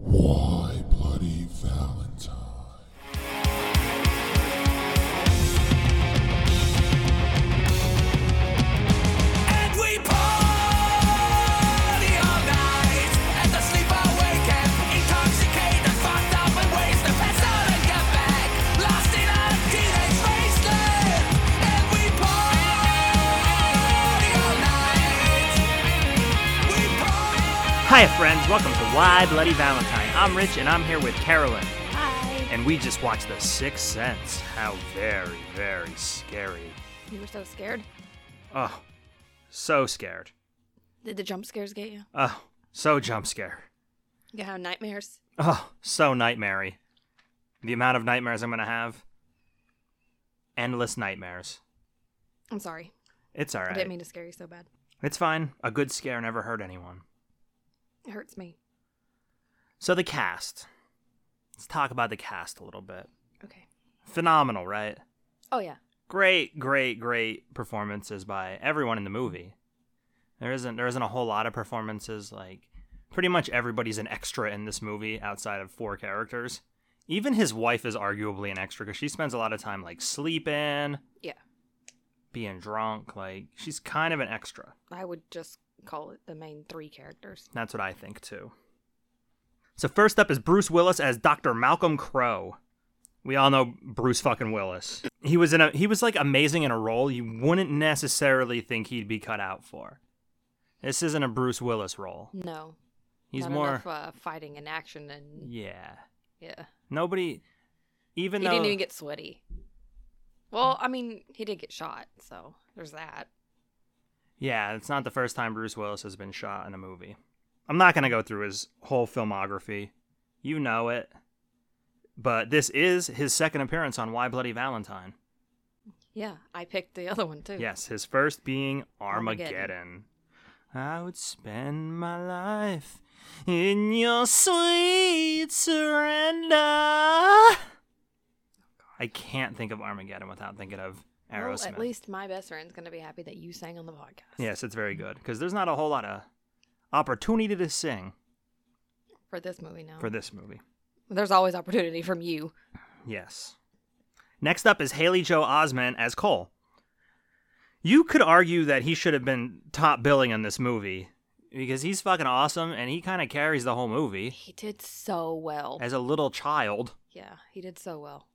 Why Bloody Valentine? And we party all night, and the sleeper wake up, intoxicated, fucked up, and ways to pass out and get back, lost in a teenage wasteland. And we party all night. We party. Hiya, friends. Welcome to Why Bloody Valentine. I'm Rich, and I'm here with Carolyn. Hi. And we just watched The Sixth Sense. How very, very scary. You were so scared. Oh, so scared. Did the jump scares get you? Oh, so jump scare. You have nightmares. Oh, so nightmare The amount of nightmares I'm going to have. Endless nightmares. I'm sorry. It's all I didn't right. mean to scare you so bad. it's fine. A good scare never hurt anyone. It hurts me. So, the cast. Let's talk about the cast a little bit. Okay. Phenomenal, right? Oh yeah. great, great, great performances by everyone in the movie. There isn't there isn't a whole lot of performances like pretty much everybody's an extra in this movie outside of four characters. Even his wife is arguably an extra because she spends a lot of time like sleeping, Yeah. being drunk. Like she's kind of an extra. I would just call it the main three characters. That's what I think too. So first up is Bruce Willis as Dr. Malcolm Crowe. We all know Bruce fucking Willis. He was in a he was like amazing in a role you wouldn't necessarily think he'd be cut out for. This isn't a Bruce Willis role. No. He's not more enough, uh, fighting and action and yeah. yeah. Nobody even he though didn't even get sweaty. Well, I mean, he did get shot, so there's that. Yeah, it's not the first time Bruce Willis has been shot in a movie. I'm not going to go through his whole filmography. You know it. But this is his second appearance on Why Bloody Valentine. Yeah, I picked the other one too. Yes, his first being Armageddon. Armageddon. I would spend my life in your sweet surrender. I can't think of Armageddon without thinking of Well, Aerosmith. at least my best friend's gonna be happy that you sang on the podcast. Yes, it's very good because there's not a whole lot of opportunity to sing For this movie now. for this movie. There's always opportunity from you. Yes. Next up is Haley Joe Osment as Cole. You could argue that he should have been top billing in this movie because he's fucking awesome and he kind of carries the whole movie He did so well. as a little child. Yeah, he did so well.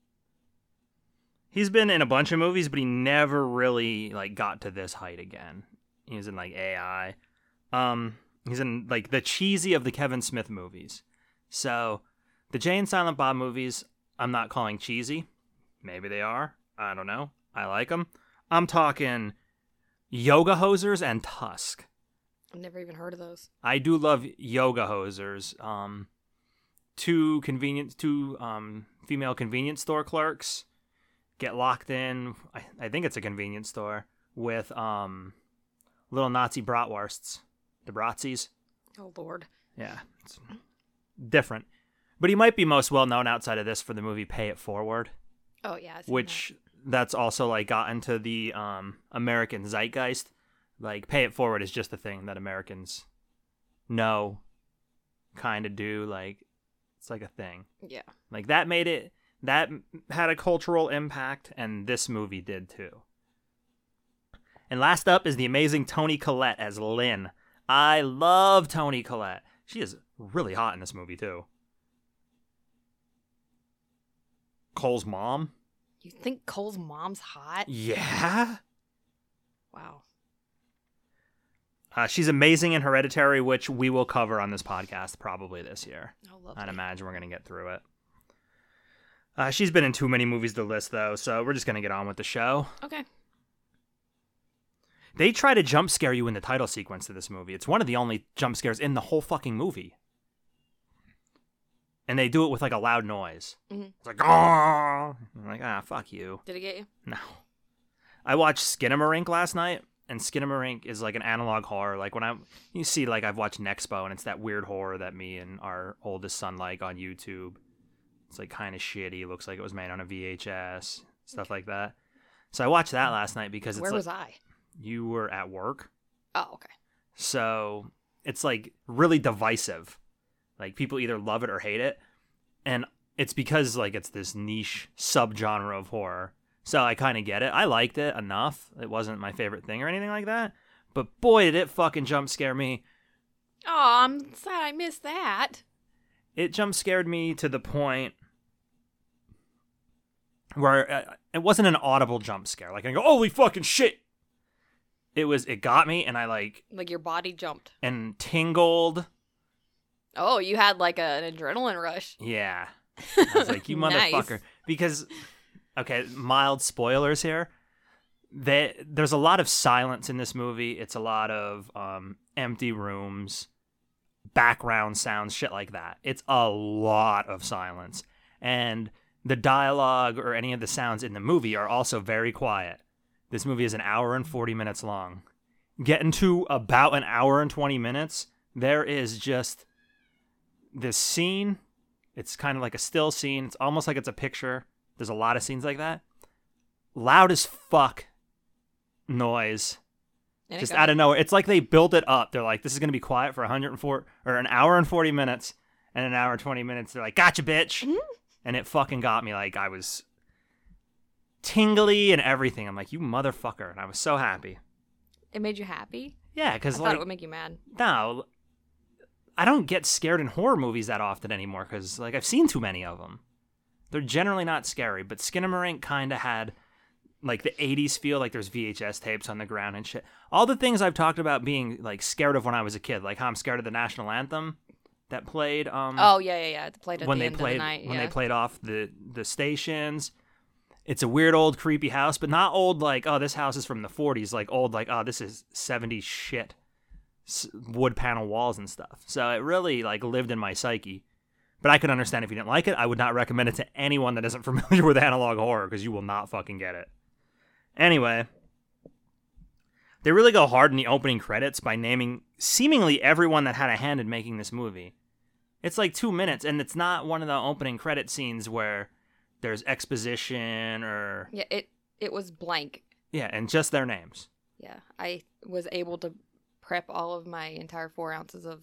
He's been in a bunch of movies, but he never really like got to this height again. He was in like AI. Um, he's in like the cheesy of the Kevin Smith movies. So the Jay and Silent Bob movies, I'm not calling cheesy. Maybe they are. I don't know. I like them. I'm talking yoga hosers and Tusk. I've never even heard of those. I do love yoga hosers. Um, two convenience, two um, female convenience store clerks get locked in. I, I think it's a convenience store with um, little Nazi bratwursts, the Bratzis. Oh Lord. Yeah, it's different. But he might be most well known outside of this for the movie Pay It Forward, Oh yeah. I've seen which that's also like got into the um, American zeitgeist. Like Pay It Forward is just a thing that Americans know, kind of do. Like it's like a thing. that. yeah. Like that made it that m- had a cultural impact and this movie did too. And last up is the amazing Tony Collette as Lynn. I love Tony Collette. She is really hot in this movie too. Cole's mom? You think Cole's mom's hot? Yeah. Wow. Uh, she's amazing in Hereditary, which we will cover on this podcast probably this year. Oh lovely. I'd imagine we're going to get through it. Uh, she's been in too many movies to list, though, so we're just going to get on with the show. Okay. They try to jump scare you in the title sequence of this movie. It's one of the only jump scares in the whole fucking movie. And they do it with like a loud noise. Mhm. It's like, ah, I'm like, ah, fuck you. Did it get you? No. I watched Skinamarink last night. and Skinamarink is like an analog horror. Like when I you see like I've watched Nexpo and it's that weird horror that me and our oldest son like on YouTube. It's like kind of shitty. Looks like it was made on a VHS, stuff like that. So I watched that last night because it's Where like was I? you were at work. Oh, okay. So it's like really divisive. Like people either love it or hate it. And it's because like it's this niche subgenre of horror. So I kind of get it. I liked it enough. It wasn't my favorite thing or anything like that. But boy, did it fucking jump scare me. Oh, I'm sad I missed that. It jump scared me to the point where uh, it wasn't an audible jump scare. Like I go, holy fucking shit. It was, it got me and I like, Like your body jumped. and tingled. Oh, you had like a- an adrenaline rush. Yeah. I was like, you Nice. motherfucker. Because, okay, mild spoilers here. They, there's a lot of silence in this movie. It's a lot of um, empty rooms, background sounds, shit like that. It's a lot of silence. And the dialogue or any of the sounds in the movie are also very quiet. This movie is an hour and 40 minutes long. Getting to about an hour and 20 minutes, there is just this scene it's kind of like a still scene. It's almost like it's a picture. There's a lot of scenes like that. Loud as fuck noise. And it just got out of nowhere. It's like they built it up. They're like, this is going to be quiet for 104 or an hour and 40 minutes. And an hour and 20 minutes, they're like, gotcha, Mm-hmm. bitch. and it fucking got me. Like, I was tingly and everything. I'm like, you motherfucker. And I was so happy. it made you happy. Yeah, I because thought like, it would make you mad. no, I don't get scared in horror movies that often anymore because like I've seen too many of them. They're generally not scary, but Skinamarink kind of had like the 80s feel like there's VHS tapes on the ground and shit. All the things I've talked about being like scared of when I was a kid, like how I'm scared of the national anthem that played um Oh yeah, yeah, yeah. It played at when the they end played of the night. when yeah. they played off the the stations. It's a weird old creepy house, but not old like oh this house is from the 40s, like old like oh this is 70s shit. S- wood panel walls and stuff. So it really like lived in my psyche. But I could understand if you didn't like it. I would not recommend it to anyone that isn't familiar with analog horror because you will not fucking get it. Anyway, they really go hard in the opening credits by naming seemingly everyone that had a hand in making this movie. It's like two minutes, and it's not one of the opening credit scenes where there's exposition or Yeah, it it was blank. yeah, and just their names. Yeah, I was able to prep all of my entire four ounces of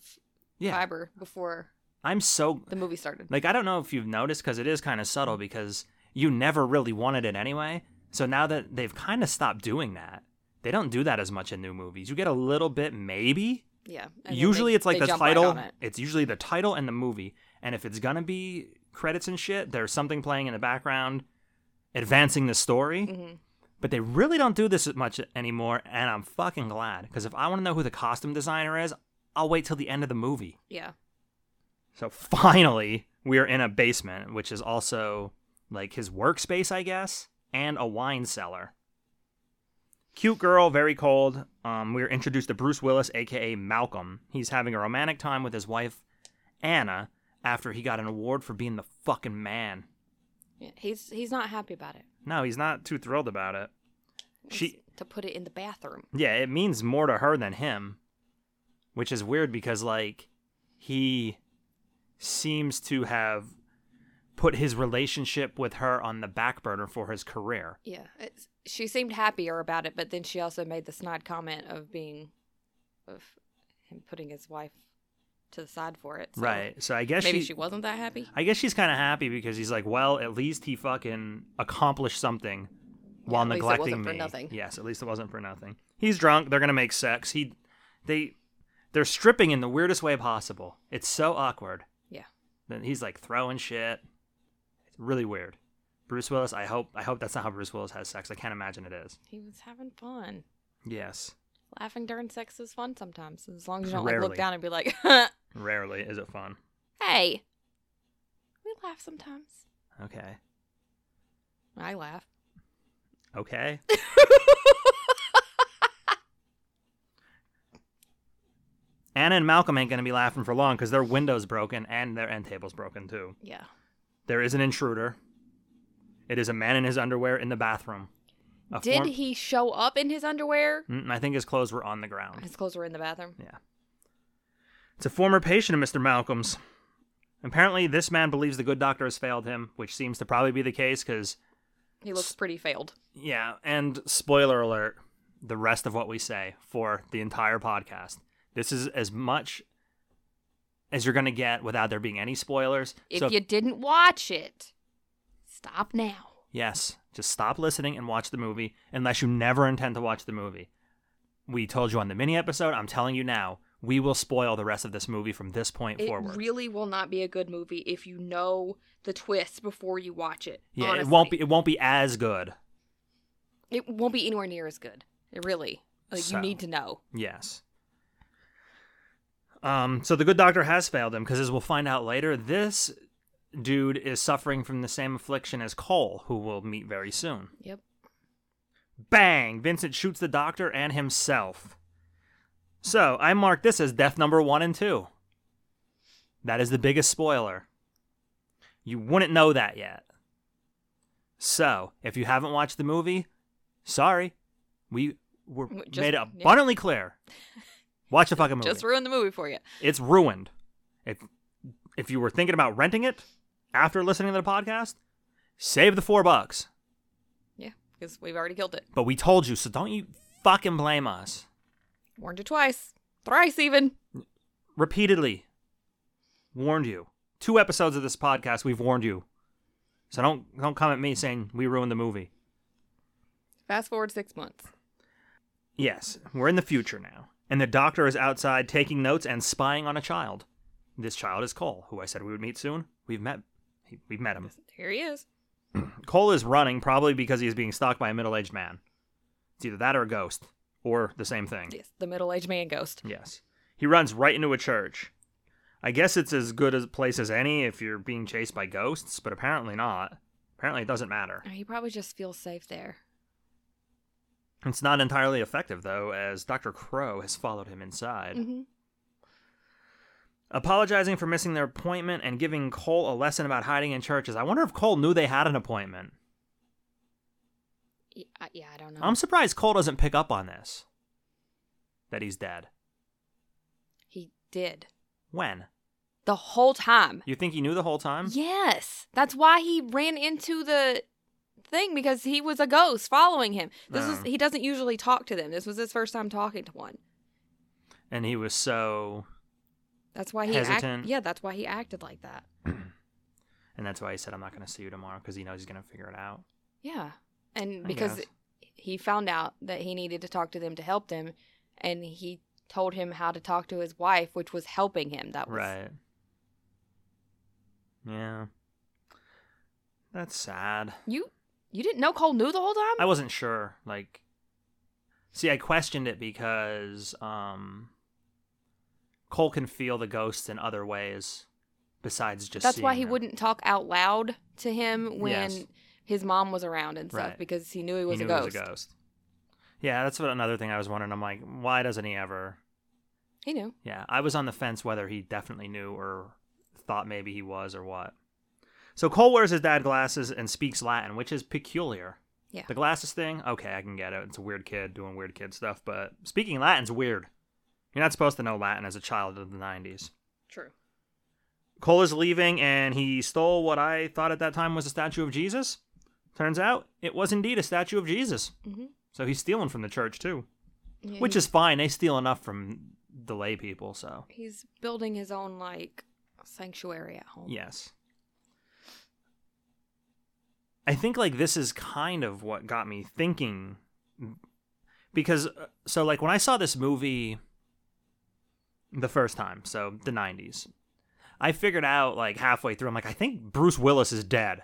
Yeah, fiber before I'm so the movie started. like I don't know if you've noticed because it is kind of subtle because you never really wanted it anyway. So now that they've kind of stopped doing that, they don't do that as much in new movies. You get a little bit maybe, Yeah. and then usually they- it's like they the jump right title on it. it's usually the title and the movie and if it's gonna be credits and shit there's something playing in the background advancing the story Mm-hmm. but they really don't do this much anymore and i'm fucking glad because if i want to know who the costume designer is i'll wait till the end of the movie Yeah. so finally we're in a basement which is also like his workspace i guess and a wine cellar cute girl, very cold. Um, we were introduced to Bruce Willis, aka Malcolm. He's having a romantic time with his wife, Anna, after he got an award for being the fucking man. yeah. He's he's not happy about it. No, he's not too thrilled about it. She, to put it in the bathroom. yeah, it means more to her than him, which is weird because like he seems to have put his relationship with her on the back burner for his career. Yeah. It's, she seemed happier about it, but then she also made the snide comment of being of him putting his wife to the side for it. so right. So I guess Maybe she she wasn't that happy. I guess she's kind of happy because he's like, well, at least he fucking accomplished something while at least it neglecting wasn't for me. nothing. Yes, at least it wasn't for nothing. He's drunk. They're gonna make sex. He, they, they're stripping in the weirdest way possible. It's so awkward. Yeah. Then he's like throwing shit. It's really weird. Bruce Willis. I hope. I hope that's not how Bruce Willis has sex. I can't imagine it is. He was having fun. Yes. Laughing during sex is fun sometimes, as long as you don't like, Rarely. look down and be like, Rarely is it fun. "Hey, we laugh sometimes." Okay. I laugh. Okay. Anna and Malcolm ain't gonna be laughing for long because their window's broken and their end table's broken too. Yeah. There is an intruder. It is a man in his underwear in the bathroom. A Did form- he show up in his underwear? Mm, I think his clothes were on the ground. His clothes were in the bathroom. Yeah. It's a former patient of Mr. Malcolm's. Apparently, this man believes the good doctor has failed him, which seems to probably be the case because, He looks pretty failed. yeah, and spoiler alert, the rest of what we say for the entire podcast. This is as much as you're going to get without there being any spoilers. If so, you didn't watch it, stop now. yes, just stop listening and watch the movie unless you never intend to watch the movie. We told you on the mini episode, I'm telling you now, we will spoil the rest of this movie from this point It forward. really will not be a good movie if you know the twist before you watch it. Yeah, honestly. it won't be. It won't be as good. It won't be anywhere near as good. It really. Like So. you need to know. Yes. Um. So the good doctor has failed him because, as we'll find out later, this dude is suffering from the same affliction as Cole, who we'll meet very soon. Yep. Bang! Vincent shoots the doctor and himself. So I mark this as death number one and two. That is the biggest spoiler. You wouldn't know that yet. So if you haven't watched the movie, sorry, we were W- just- made yeah. abundantly clear. Watch the fucking movie. Just ruin the movie for you. it's ruined. If if you were thinking about renting it after listening to the podcast, save the four bucks. Yeah, because we've already killed it. But we told you, so don't you fucking blame us. Warned you twice, thrice even. Repeatedly warned you. Two episodes of this podcast we've warned you. So don't don't come at me saying we ruined the movie. Fast forward six months. Yes, we're in the future now. And the doctor is outside taking notes and spying on a child. This child is Cole, who I said we would meet soon. We've met he- we've met him. Here he is. Cole is running probably because he is being stalked by a middle-aged man. It's either that or a ghost or the same thing. Yes, the middle-aged man ghost. Yes. He runs right into a church. I guess it's as good a place as any if you're being chased by ghosts, but apparently not. Apparently it doesn't matter. He probably just feels safe there. It's not entirely effective, though, as Dr. Crow has followed him inside. hmm Apologizing for missing their appointment and giving Cole a lesson about hiding in churches. I wonder if Cole knew they had an appointment. Yeah, I- yeah, I don't know. I'm surprised Cole doesn't pick up on this. That he's dead. he did When? the whole time. You think he knew the whole time? Yes, that's why he ran into the thing because he was a ghost following him. This is Oh. he doesn't usually talk to them. This was his first time talking to one. And he was so. That's why he Hesitant. Act, yeah, that's why he acted like that. And that's why he said, I'm not going to see you tomorrow because he knows he's going to figure it out. Yeah, and I because guess. he found out that he needed to talk to them to help them, and he told him how to talk to his wife, which was helping him. That was Right. Yeah. That's sad. You you didn't know Cole knew the whole time? I wasn't sure. Like, see, I questioned it because um, Cole can feel the ghosts in other ways besides just. That's why seeing he them. wouldn't talk out loud to him when Yes. his mom was around and stuff Right. because he knew he He was, knew a, ghost. It was a ghost. Yeah, that's what another thing I was wondering. I'm like, why doesn't he ever? He knew. Yeah, I was on the fence whether he definitely knew or thought maybe he was or what. So Cole wears his dad glasses and speaks Latin, which is peculiar. Yeah. The glasses thing, okay, I can get it. It's a weird kid doing weird kid stuff, but speaking Latin's weird. You're not supposed to know Latin as a child of the 90s. True. Cole is leaving and he stole what I thought at that time was a statue of Jesus. Turns out it was indeed a statue of Jesus. Mhm. So he's stealing from the church too, Yeah, which he- is fine. They steal enough from the lay people, so. he's building his own like sanctuary at home. Yes. I think like this is kind of what got me thinking because uh, so like when I saw this movie the first time, so the 90s. I figured out like halfway through I'm like I think Bruce Willis is dead.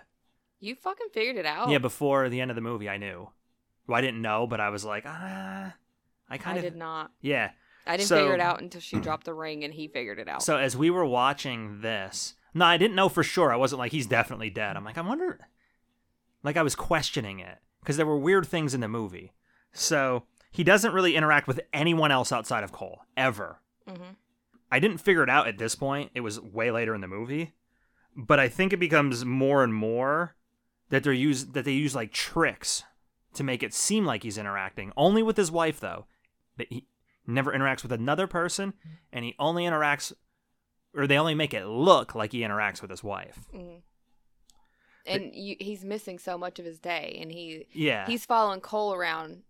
You fucking figured it out. Yeah, before the end of the movie I knew. Well, I didn't know, but I was like, ah, I kind I of did not. Yeah. I didn't So- figure it out until she dropped the ring and he figured it out. So as we were watching this, no, I didn't know for sure. I wasn't like he's definitely dead. I'm like, I wonder. Like I was questioning it because there were weird things in the movie. So he doesn't really interact with anyone else outside of Cole ever. Mhm. I didn't figure it out at this point. It was way later in the movie, but I think it becomes more and more that they're use that they use like tricks to make it seem like he's interacting only with his wife though that he never interacts with another person and he only interacts or they only make it look like he interacts with his wife Mm. And you, he's missing so much of his day, and he yeah he's following Cole around.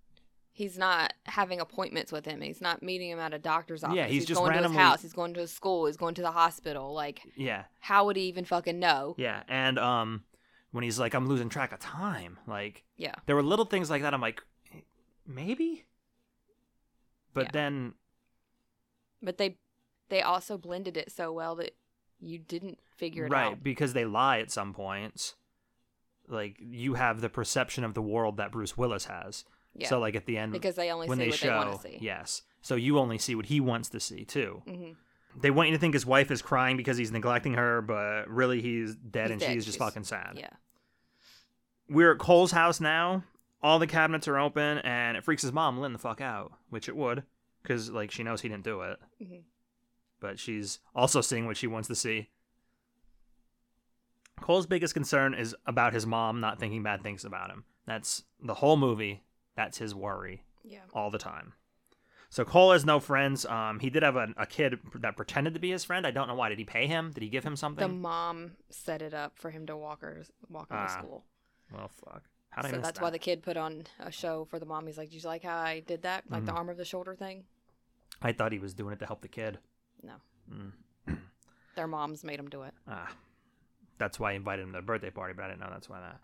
He's not having appointments with him. He's not meeting him at a doctor's office. Yeah, he's just going to randomly- his house. He's going to his school. He's going to the hospital. Like, yeah how would he even fucking know? yeah and um when he's like i'm losing track of time like Yeah. there were little things like that i'm like maybe but Yeah. then But they they also blended it so well that you didn't figure it right out. because they lie at some points like you have the perception of the world that bruce willis has Yeah. so like at the end because they only when see they what they show want to see. yes so you only see what he wants to see too Mhm. they want you to think his wife is crying because he's neglecting her but really he's dead He's and dead. she's just She's- fucking sad Yeah. we're at cole's house now all the cabinets are open and it freaks his mom lynn the fuck out which it would because like she knows he didn't do it Mhm. but she's also seeing what she wants to see cole's biggest concern is about his mom not thinking bad things about him that's the whole movie that's his worry Yeah. all the time. So Cole has no friends. Um, he did have a, a kid that pretended to be his friend. I don't know why. Did he pay him? Did he give him The something? mom set it up for him to walk her walk her to Ah, school. well, fuck. How did I So miss that's that? why the kid put on a show for the mom. He's like, "Did you like how I did that? Like Mm-hmm. the arm of the shoulder thing?" I thought he was doing it to help the kid. No, Mm. their moms made him do it. Ah, that's why I invited him to the birthday party, but I didn't know that's why that.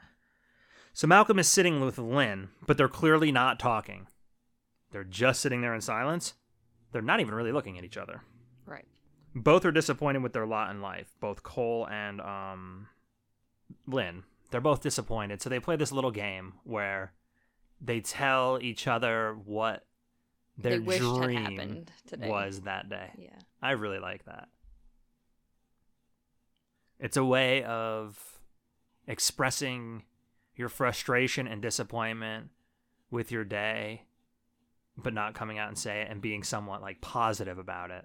So Malcolm is sitting with Lynn, but they're clearly not talking. They're just sitting there in silence. They're not even really looking at each other. Right. both are disappointed with their lot in life. Both Cole and um, Lynn, they're both disappointed. So they play this little game where they tell each other what their They wished had dream happened today. was that day. Yeah. I really like that. It's a way of expressing your frustration and disappointment with your day, but not coming out and say it and being somewhat like positive about it.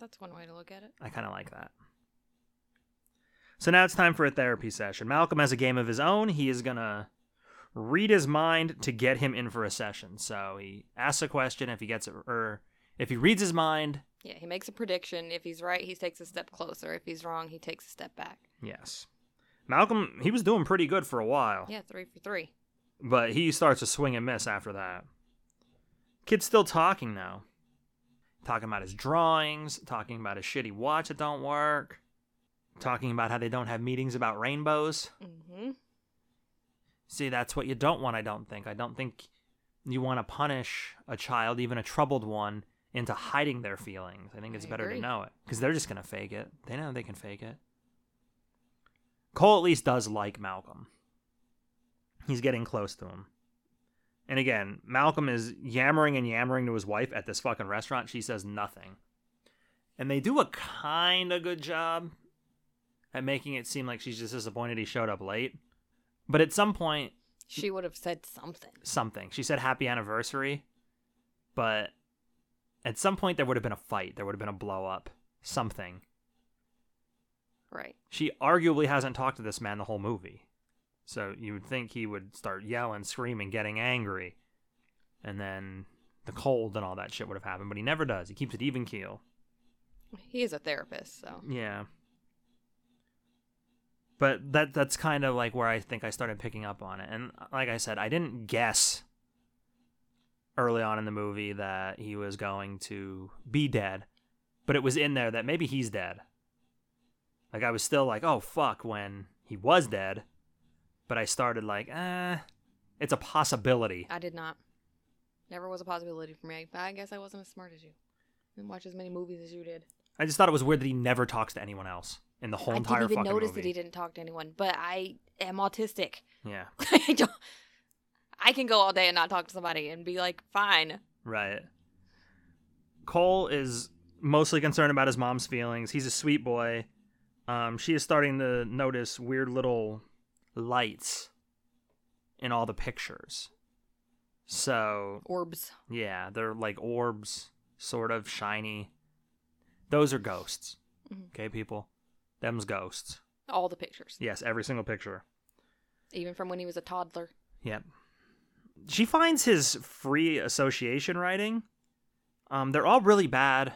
That's one way to look at it. I kind of like that. So now it's time for a therapy session. Malcolm has a game of his own. He is going to read his mind to get him in for a session. So he asks a question. If he gets it, or if he reads his mind, Yeah, he makes a prediction. If he's right, he takes a step closer. If he's wrong, he takes a step back. yes. Malcolm, he was doing pretty good for a while, Yeah, three for three. but he starts to swing and miss after that. Kid's still talking though. Talking about his drawings, talking about his shitty watch that don't work, talking about how they don't have meetings about rainbows. Mm-hmm. See, that's what you don't want, I don't think. I don't think you want to punish a child, even a troubled one, into hiding their feelings. I think it's I better agree. to know it because they're just going to fake it. They know they can fake it. Cole at least does like Malcolm. He's getting close to him. And again, Malcolm is yammering and yammering to his wife at this fucking restaurant. She says nothing. And they do a kind of good job at making it seem like she's just disappointed he showed up late. But at some point, She would have said something. something. She said happy anniversary, but at some point there would have been a fight. There would have been a blow up. Something. Right. She arguably hasn't talked to this man the whole movie. So you would think he would start yelling, screaming, getting angry. And then the cold and all that shit would have happened, but he never does. He keeps it even keel. He is a therapist, so Yeah. But that that's kind of like where I think I started picking up on it. And like I said, I didn't guess early on in the movie that he was going to be dead, but it was in there that maybe he's dead. Like I was still like, "Oh fuck," when he was dead, but I started like, "Eh, it's a possibility." I did not. Never was a possibility for me. I guess I wasn't as smart as you. Didn't watch as many movies as you did. I just thought it was weird that he never talks to anyone else in the whole I entire didn't even fucking notice movie. that he didn't talk to anyone, but I am autistic. Yeah. I don't. I can go all day and not talk to somebody and be like, fine. Right. Cole is mostly concerned about his mom's feelings. He's a sweet boy. Um, she is starting to notice weird little lights in all the pictures. So, Orbs. yeah, they're like orbs, sort of shiny. Those are ghosts. Mhm. Okay, people? Them's ghosts. All the pictures. Yes, every single picture. Even from when he was a toddler. Yep. she finds his free association writing. Um, they're all really bad.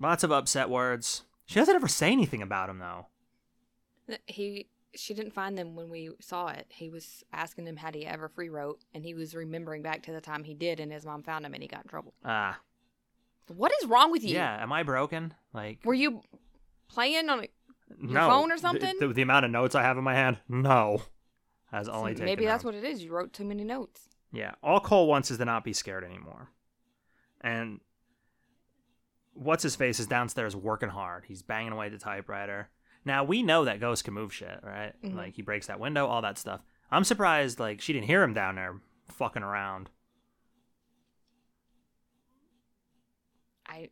Lots of upset words. She doesn't ever say anything about him though. He she didn't find them when we saw it. He was asking him had he ever free wrote, and he was remembering back to the time he did, and his mom found him, and he got in trouble. Ah, What is wrong with you? yeah. Am I broken? Like Were you playing on? A, no phone or The- something? The, the amount of notes I have in my hand, no, has only taken. maybe that's him. what it is. You wrote too many notes. Yeah, all Cole wants is to not be scared anymore. And what's his face is downstairs working hard. He's banging away at the typewriter. Now we know that ghosts can move shit, right? Mhm. Like he breaks that window, all that stuff. I'm surprised like she didn't hear him down there fucking around. I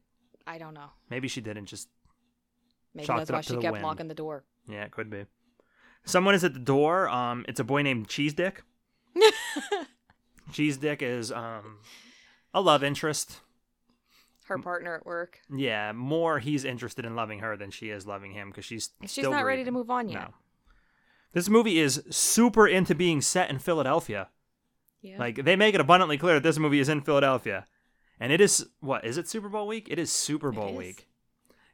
I don't know. Maybe she didn't just Maybe Chalked that's it up why to she the kept wind. locking the door. Yeah, it could be. Someone is at the door. Um, it's a boy named Cheese Dick. Cheese Dick is um a love interest. Her partner at work. Yeah, more he's interested in loving her than she is loving him because she's She's still not ready to grieving. move on yet. No. This movie is super into being set in Philadelphia. Yeah. Like they make it abundantly clear that this movie is in Philadelphia. And it is what, is it Super Bowl week? It is Super It Bowl is. week.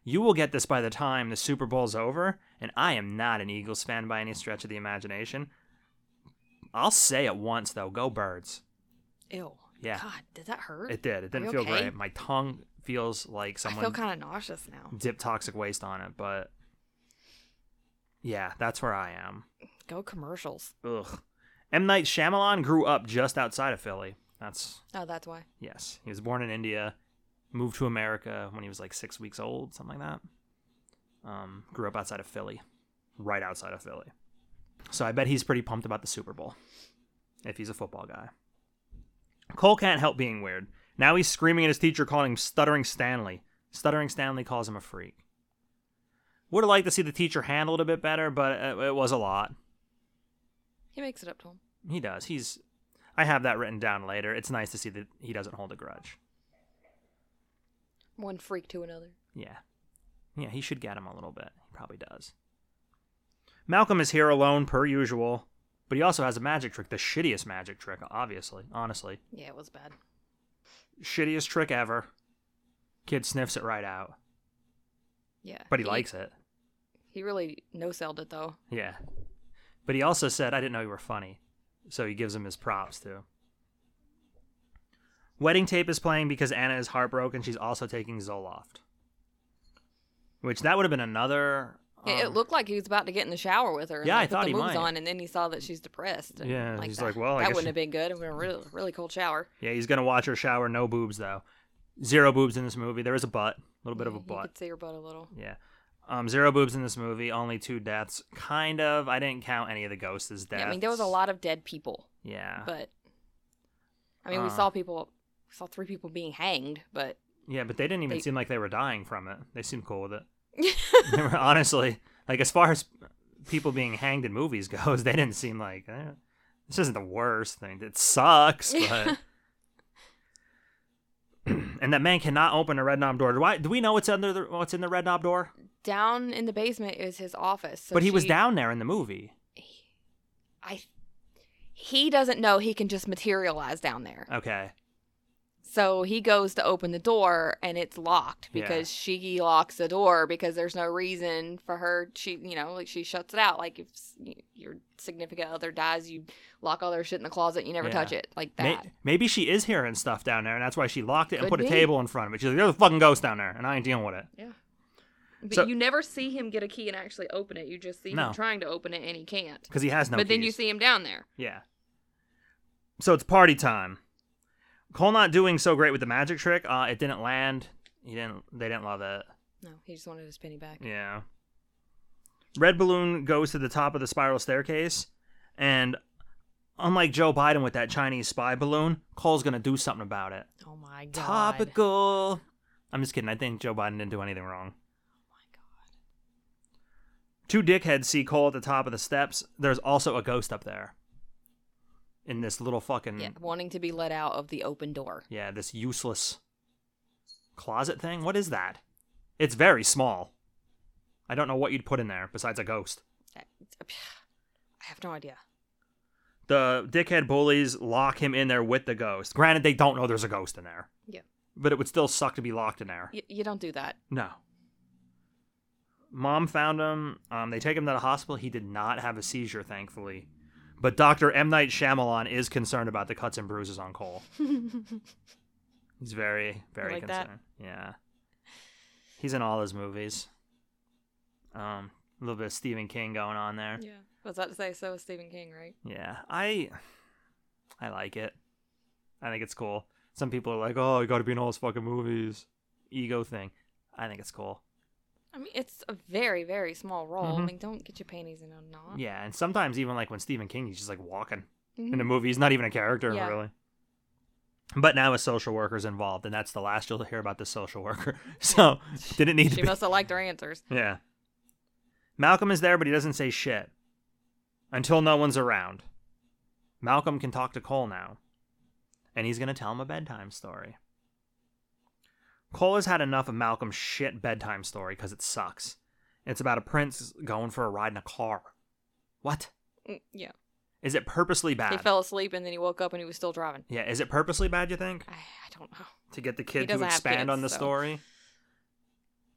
You will get this by the time the Super Bowl's over, and I am not an Eagles fan by any stretch of the imagination. I'll say it once though, go birds. Ew. Yeah. God, did that hurt? It did. It didn't you feel okay? great. My tongue feels like someone I feel kind of nauseous now. dipped toxic waste on it, but yeah, that's where I am. Go commercials. Ugh. M. Night Shyamalan grew up just outside of Philly. That's, Oh, that's why. yes. He was born in India, moved to America when he was like six weeks old, something like that. Um, grew up outside of Philly, right outside of Philly. So I bet he's pretty pumped about the Super Bowl if he's a football guy. Cole can't help being weird. Now he's screaming at his teacher, calling him Stuttering Stanley. Stuttering Stanley calls him a freak. Would have liked to see the teacher handled a bit better, but it, it was a lot. He makes it up to him. He does. He's. I have that written down later. It's nice to see that he doesn't hold a grudge. One freak to another. Yeah. Yeah, he should get him a little bit. He probably does. Malcolm is here alone, per usual, but he also has a magic trick, the shittiest magic trick, obviously, honestly. Yeah, it was bad. Shittiest trick ever. Kid sniffs it right out, Yeah. but he, likes it. He really no sold it though. Yeah. But he also said, I didn't know you were funny. So he gives him his props, too. Wedding tape is playing because Anna is heartbroken. She's also taking Zoloft. Which that would have been another. It- it um, looked like he was about to get in the shower with her. and Yeah, they I put thought the he moves might. on, and then he saw that she's depressed. and Yeah, he's that- like, well, I that guess wouldn't she- have been good. It would have been a really, really cold shower. Yeah, he's going to watch her shower. No boobs, though. Zero boobs in this movie. There is a butt. A little bit of a Yeah, You butt. could see her butt a little. Yeah. Um, zero boobs in this movie. Only two deaths. Kind of. I didn't count any of the ghosts as deaths. Yeah, I mean, there was a lot of dead people, Yeah. but I mean, Uh. we saw people, we saw three people being hanged, but Yeah, but they didn't even They- seem like they were dying from it. They seemed cool with it. They were- honestly, like as far as people being hanged in movies goes, they didn't seem like eh, this isn't the worst thing. It sucks, but and that man cannot open a red knob door. Do I? Do we know what's under the what's in the red knob door? down in the basement is his office. So but he was she- down there in the movie. I. He doesn't know he can just materialize down there. Okay, So he goes to open the door and it's locked Yeah. because she locks the door because there's no reason for her. She, you know, like she shuts it out. Like if s- y- your significant other dies, you lock all their shit in the closet. You never Yeah. touch it like May- that. maybe she is hearing stuff down there, and that's why she locked it and Could put a be. table in front of it. She's like, "There's a fucking ghost down there, and I ain't dealing with it." but so- you never see him get a key and actually open it. You just see No. him trying to open it and he can't. Because he has no. but then you keys. see him down there. Yeah. So it's party time. Cole not doing so great with the magic trick. Uh, it didn't land. He didn't. They didn't love it. No, he just wanted his penny back. Yeah. Red balloon goes to the top of the spiral staircase, and unlike Joe Biden with that Chinese spy balloon, Cole's gonna do something about it. Oh my god. Topical. I'm just kidding. I think Joe Biden didn't do anything wrong. Oh my god. Two dickheads see Cole at the top of the steps. There's also a ghost up there. In this little fucking Yeah, wanting to be let out of the open door. Yeah, this useless closet thing. What is that? It's very small. I don't know what you'd put in there besides a ghost. I have no idea. The dickhead bullies lock him in there with the ghost. Granted, they don't know there's a ghost in there. Yeah. But it would still suck to be locked in there. Y- you don't do that. No. Mom found him. Um, they take him to the hospital. He did not have a seizure, thankfully. But Dr. M. Night Shyamalan is concerned about the cuts and bruises on Cole. He's very, very like that. concerned. Yeah. He's in all his movies. Um, a little bit of Stephen King going on there. Yeah. I was about to say, so is Stephen King, right? Yeah, I I like it. I think it's cool. Some people are like, "Oh, you got to be in all those fucking movies." Ego thing. I think it's cool. I mean, it's a very, very small role. I Mhm. mean, don't get your panties in a knot. Yeah, and sometimes even like when Stephen King, he's just like walking Mhm. in a movie. He's not even a character Yeah. really. But now a social worker's involved, and that's the last you'll hear about the social worker. So didn't need to She be. must have liked her answers. Yeah. Malcolm is there, but he doesn't say shit until no one's around. Malcolm can talk to Cole now, and he's going to tell him a bedtime story. Cole has had enough of Malcolm's shit bedtime story because it sucks. It's about a prince going for a ride in a car. What? Mm, Yeah. Is it purposely bad? He fell asleep and then he woke up and he was still driving. yeah, is it purposely bad, you think? I, I don't know. to get the kid to doesn't have expand kids, on the so- story.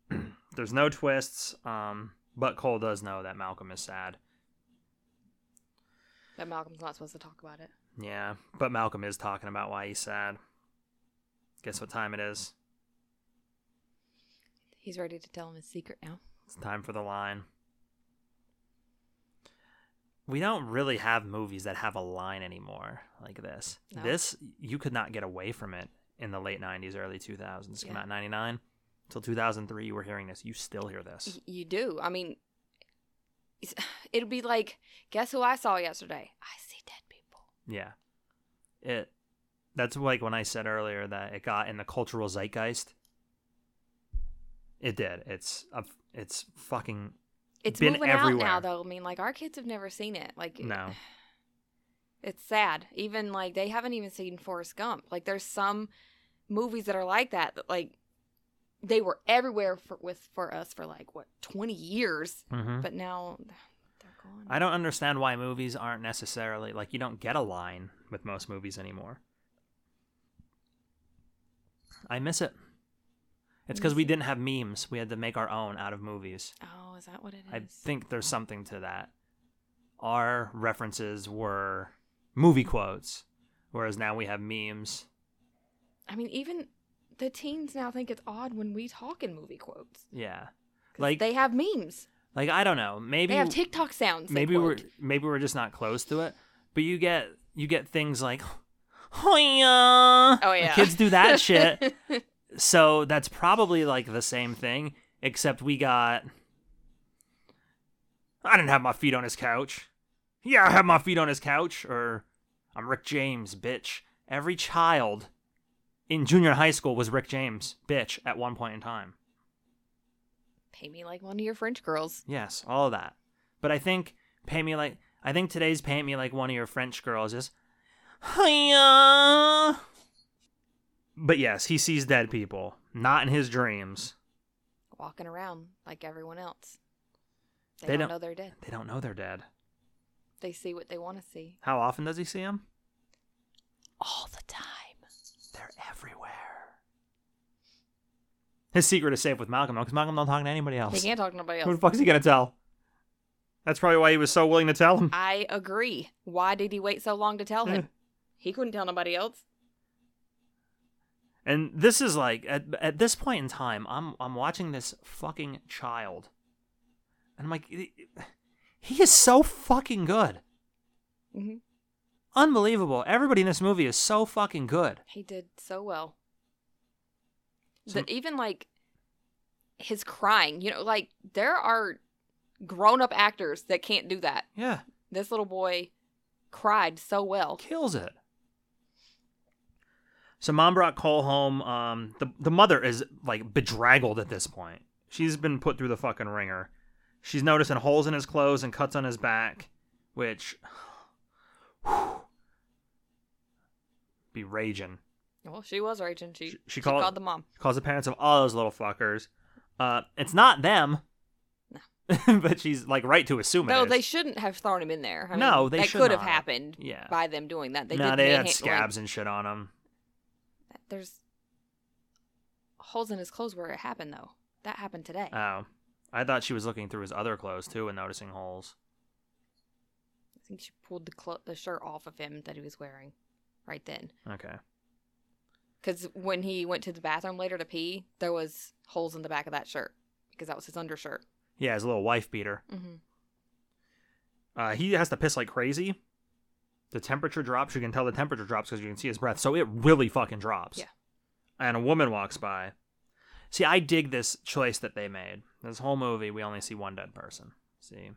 There's no twists, um, but Cole does know that Malcolm is sad. That Malcolm's not supposed to talk about it. Yeah, but Malcolm is talking about why he's sad. Guess what time it is? He's ready to tell him his secret now. It's time for the line. We don't really have movies that have a line anymore like this. No. This you could not get away from it in the late 90s, early 2000s. Come Yeah. out 99 till 2003 you were hearing this. You still hear this. Y- you do. I mean, it's, it'd be like, guess who I saw yesterday? I see dead people. Yeah. It that's like when I said earlier that it got in the cultural zeitgeist. It did. It's a, it's fucking It's Been moving everywhere. out now, though. I mean, like our kids have never seen it. Like, eh. no. it's sad. Even like they haven't even seen Forrest Gump. Like, there's some movies that are like that. That like they were everywhere for with for us for like what 20 years, Mhm. but now they're gone. I don't understand why movies aren't necessarily like you don't get a line with most movies anymore. I miss it. It's because we didn't have memes. We had to make our own out of movies. oh, is that what it is? I think there's something to that. Our references were movie quotes, whereas now we have memes. I mean, even the teens now think it's odd when we talk in movie quotes. Yeah, 'Cause like they have memes. like I don't know. Maybe they have TikTok sounds. they maybe we're quote. maybe we're just not close to it. But you get you get things like hoya. Oh Like, yeah. kids do that shit. So that's probably like the same thing, except we got. I didn't have my feet on his couch. Yeah, I have my feet on his couch. Or I'm Rick James, bitch. Every child in junior high school was Rick James, bitch, at one point in time. Pay me like one of your French girls. Yes, all of that. But I think pay me like I think today's paint me like one of your French girls is Hiya. But yes, he sees dead people, not in his dreams. walking around like everyone else. They, They don't, don't- know they're dead. They don't know they're dead. They see what they want to see How often does he see them? all the time. They're everywhere. His secret is safe with Malcolm because Malcolm don't talk to anybody They else. can't talk to nobody Who the else. fuck's he gonna tell? That's probably why he was so willing to tell him. I agree. Why did he wait so long to tell Yeah. him? he couldn't tell nobody else. And this is like at, at this point in time, I'm I'm watching this fucking child, and I'm like, he is so fucking good, Mm-hmm. hmm unbelievable. Everybody in this movie is so fucking good. He did so well. Some- the, even like his crying, you know, like there are grown up actors that can't do that. Yeah, This little boy cried so well. kills it. So mom brought Cole home. Um, the the mother is like bedraggled at this point. She's been put through the fucking ringer. She's noticing holes in his clothes and cuts on his back, which whew, be raging. Well, she was raging. She, She- she, she called- called the mom. calls the parents of all those little fuckers. Uh, it's not them. No. but she's like right to assume it No, is. they shouldn't have thrown him in there. I mean, No, they that should could have not. happened Yeah. by them doing that. They no, did they had manhandling. scabs and shit on them. There's holes in his clothes where it happened though. That happened today. Oh, I thought she was looking through his other clothes too and noticing holes. I think she pulled the clo- the shirt off of him that he was wearing right then. Okay. Because when he went to the bathroom later to pee, there was holes in the back of that shirt because that was his undershirt. Yeah, his little wife beater. Mm-hmm. Uh, he has to piss like crazy. The temperature drops. You can tell the temperature drops because you can see his breath. So it really fucking drops. Yeah. And a woman walks by. See, I dig this choice that they made. This whole movie, we only see one dead person. See,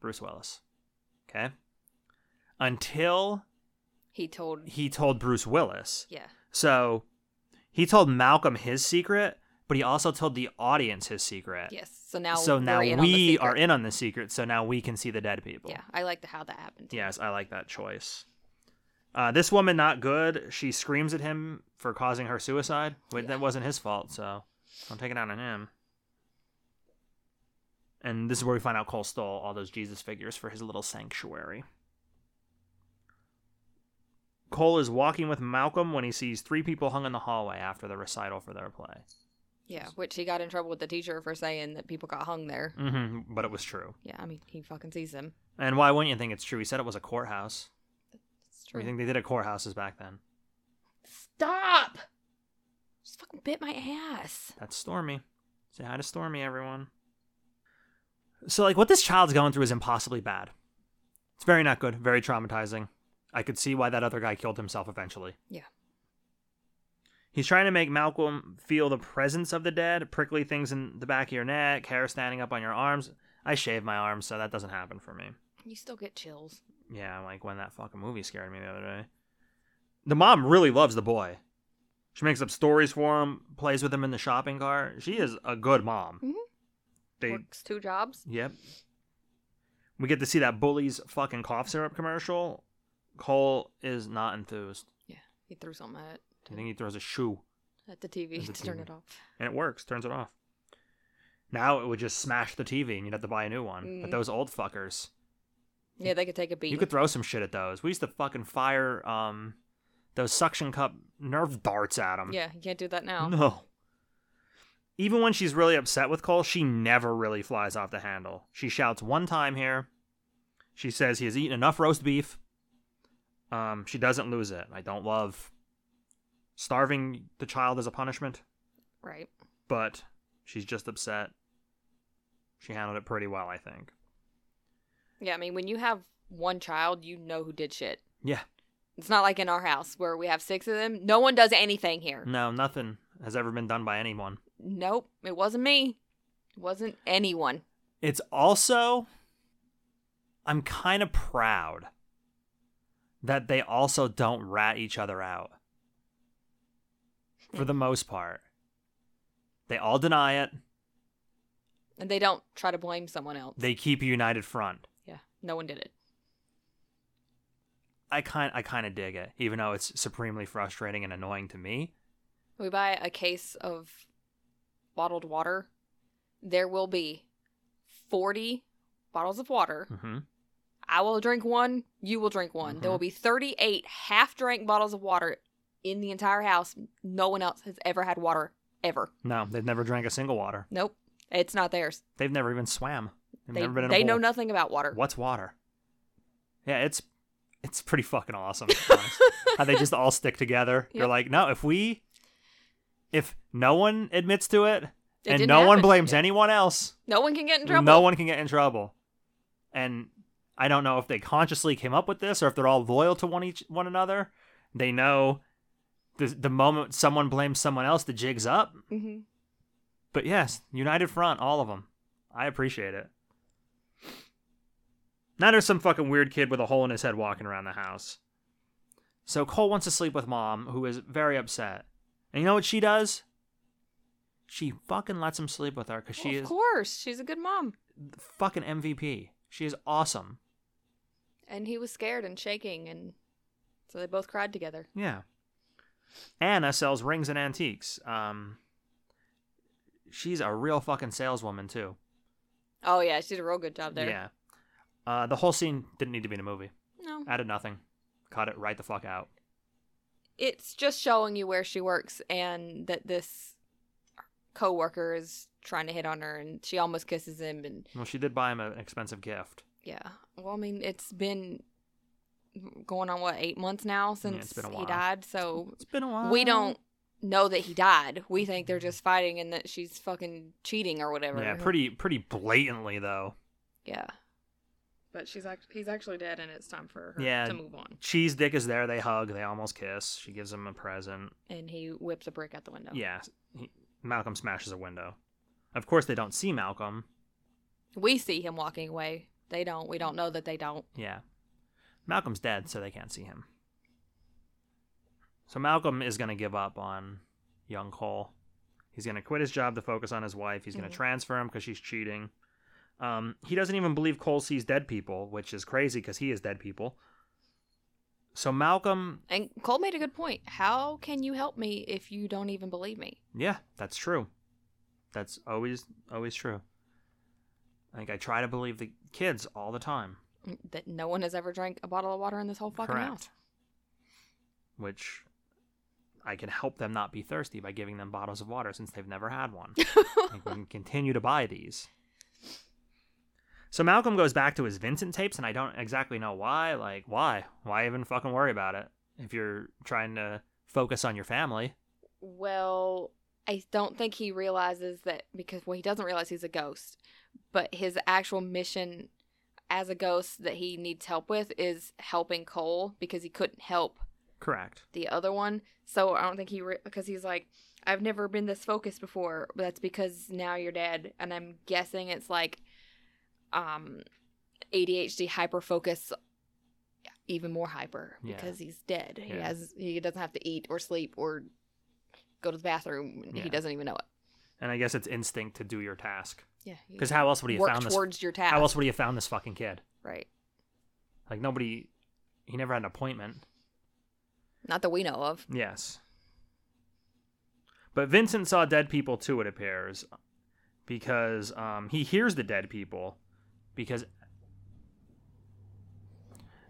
Bruce Willis. Okay. Until He told, he told Bruce Willis. yeah, So he told Malcolm his secret, but he also told the audience his secret. yes. So now, so we're now in on the we secret. are in on the secret. So now we can see the dead people. Yeah, I liked how that happened. Yes, I like that choice. Uh, this woman not good. She screams at him for causing her suicide. Wait, that wasn't his fault, so don't take it out on him. And this is where we find out Cole stole all those Jesus figures for his little sanctuary. Cole is walking with Malcolm when he sees three people hung in the hallway after the recital for their play. Yeah, which he got in trouble with the teacher for saying that people got hung there. hmm but it was true. Yeah, I mean, he fucking sees them. And why wouldn't you think it's true? He said it was a courthouse. It's We true. think they did at courthouses back then. Stop! Just fucking bit my ass. That's Stormy. Say hi to Stormy, everyone. So, like, what this child's going through is impossibly bad. It's very not good, very traumatizing. I could see why that other guy killed himself eventually. Yeah. He's trying to make Malcolm feel the presence of the dead, prickly things in the back of your neck, hair standing up on your arms. I shave my arms, so that doesn't happen for me. You still get chills. Yeah, like when that fucking movie scared me the other day. The mom really loves the boy. She makes up stories for him, plays with him in the shopping cart. She is a good mom. Mhm. They, Works two jobs. yep. We get to see that bully's fucking cough syrup commercial. Cole is not enthused. He threw something at, I think he throws a shoe, at the TV At the to turn TV. it off. and it works. Turns it off. Now it would just smash the TV, and you'd have to buy a new one. But Mm. those old fuckers. Yeah, they could take a beat. You could throw some shit at those. We used to fucking fire um those suction cup nerve darts at them. yeah, you can't do that now. No. Even when she's really upset with Cole, she never really flies off the handle. She shouts one time here. She says he has eaten enough roast beef. Um, she doesn't lose it. I don't love starving the child as a punishment, Right. but she's just upset. She handled it pretty well, I think. Yeah, I mean, when you have one child, you know who did shit. Yeah. It's not like in our house where we have six of them. No one does anything here. No, nothing has ever been done by anyone. Nope, it wasn't me. It wasn't anyone. It's also I'm kind of proud that they also don't rat each other out. For the most part. They all deny it. And they don't try to blame someone else. They keep a united front. yeah, no one did it. I kind I kind of dig it, even though it's supremely frustrating and annoying to me. we buy a case of bottled water, there will be 40 bottles of water. Mm-hmm. I will drink one, you will drink one. There will be 38 half drank bottles of water in the entire house. No one else has ever had water, ever. No, they've never drank a single water. Nope, it's not theirs. They've never even swam. They've They, never been in a they know pool. nothing about water. What's water? Yeah, it's it's pretty fucking awesome. to be honest. How they just all stick together. They're Yep. like, no, if we, if no one admits to it, and didn't no one happen. blames Yeah. anyone else, No one can get in trouble. no one can get in trouble. And I don't know if they consciously came up with this or if they're all loyal to one each one another. They know the the moment someone blames someone else, the jig's up. hmm But yes, united front, all of them. I appreciate it. Now there's some fucking weird kid with a hole in his head walking around the house. So Cole wants to sleep with mom, who is very upset. And you know what she does? She fucking lets him sleep with her because she of is course, she's a good mom. fucking MVP. She is awesome. And he was scared and shaking, and so they both cried together. Yeah. Anna sells rings and antiques. Um, she's a real fucking saleswoman too. Oh yeah, she did a real good job there. Yeah. Uh, the whole scene didn't need to be in a movie. No, Added nothing. Caught it right the fuck out. it's just showing you where she works and that this coworker is trying to hit on her, and she almost kisses him, and Well, she did buy him an expensive gift. yeah. Well, I mean, it's been going on what eight months now since been a he while. died, so It's been a while. we don't know that he died. We think they're just fighting and that she's fucking cheating or whatever. Yeah, pretty pretty blatantly though. Yeah. But she's act- he's actually dead, and it's time for her Yeah. to move on. Cheese dick is there. They hug. They almost kiss. She gives him a present. And he whips a brick out the window. Yeah. he- Malcolm smashes a window. Of course, they don't see Malcolm. We see him walking away. They don't. We don't know that they don't. Yeah. Malcolm's dead, so they can't see him. So Malcolm is going to give up on young Cole. He's going to quit his job to focus on his wife. He's going to transfer him because she's cheating. Um, he doesn't even believe Cole sees dead people, which is crazy because he is dead people. So Malcolm, And Cole made a good point. How can you help me if you don't even believe me? yeah, that's true. That's always always true. Like I try to believe the kids all the time. That no one has ever drank a bottle of water in this whole fucking Correct. house. which I can help them not be thirsty by giving them bottles of water since they've never had one. I can continue to buy these. So Malcolm goes back to his Vincent tapes, and I don't exactly know why. Like, why? Why even fucking worry about it if you're trying to focus on your family? Well, I don't think he realizes that because well, he doesn't realize he's a ghost, but his actual mission as a ghost that he needs help with is helping Cole because he couldn't help Correct. the other one. So I don't think he because he's like, I've never been this focused before. But that's because now you're dead, and I'm guessing it's like, um, ADHD hyper focus, even more hyper Yeah. because he's dead. He Yeah. has he doesn't have to eat or sleep or go to the bathroom. Yeah. He doesn't even know it. And I guess it's instinct to do your task. Yeah, you Because how else would he have work found this? towards your task. How else would he have found this fucking kid? Right. Like nobody. He never had an appointment. Not that we know of. Yes. But Vincent saw dead people too, it appears, because um, he hears the dead people. Because,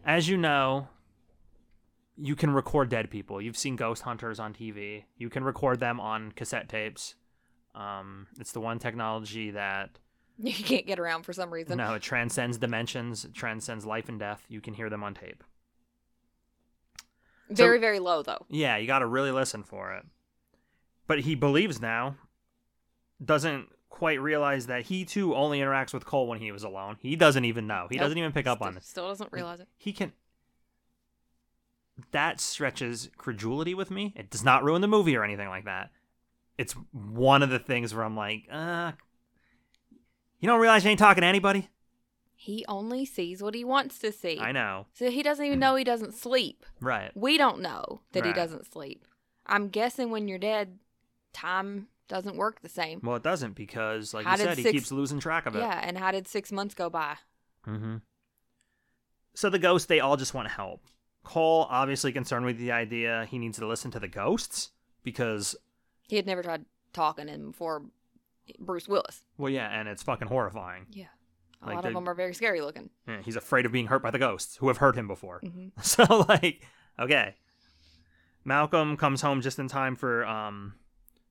as you know, you can record dead people. You've seen ghost hunters on TV, you can record them on cassette tapes. Um, it's the one technology that You can't get around for some reason. no, it transcends dimensions, it transcends life and death. You can hear them on tape. Very very low though. Yeah, you got to really listen for it. But he believes now, doesn't quite realize that he too only interacts with Cole when he was alone. He doesn't even know. He Nope. doesn't even pick up on Still- this. Still doesn't realize it. He can. That stretches credulity with me. It does not ruin the movie or anything like that. It's one of the things where I'm like, uh, you don't realize you ain't talking to anybody? He only sees what he wants to see. I know. So he doesn't even know he doesn't sleep. Right. We don't know that he Right. doesn't sleep. I'm guessing when you're dead, time doesn't work the same. Well, it doesn't because, like How you did said, he six- keeps losing track of it. Yeah, and how did six months go by? Mm-hmm. So the ghosts, they all just want help. Cole, obviously concerned with the idea he needs to listen to the ghosts because, He had never tried talking to him before Bruce Willis. well, yeah, and it's fucking horrifying. Yeah. A Like lot of the- them are very scary looking. Yeah, he's afraid of being hurt by the ghosts who have hurt him before. hmm So, like, okay. Malcolm comes home just in time for um,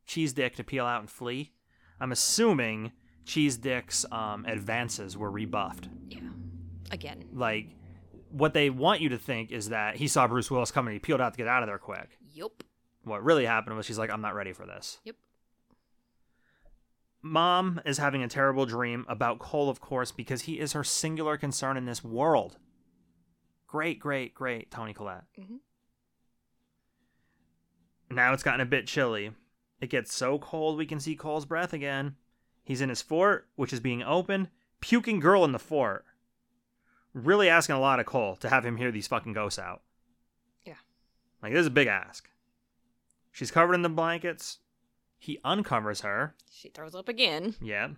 Cheese Dick to peel out and flee. I'm assuming Cheese Dick's um, advances were rebuffed. Yeah. Again. Like, what they want you to think is that he saw Bruce Willis coming, he peeled out to get out of there quick. Yup. what really happened was she's like, I'm not ready for this. Yep. Mom is having a terrible dream about Cole, of course, because he is her singular concern in this world. Great, great, great, Tony Collette. Mhm. Now it's gotten a bit chilly. It gets so cold we can see Cole's breath again. He's in his fort, which is being opened. Puking girl in the fort. Really asking a lot of Cole to have him hear these fucking ghosts out. Yeah. Like, this is a big ask. She's covered in the blankets. He uncovers her. She throws up again. Yeah.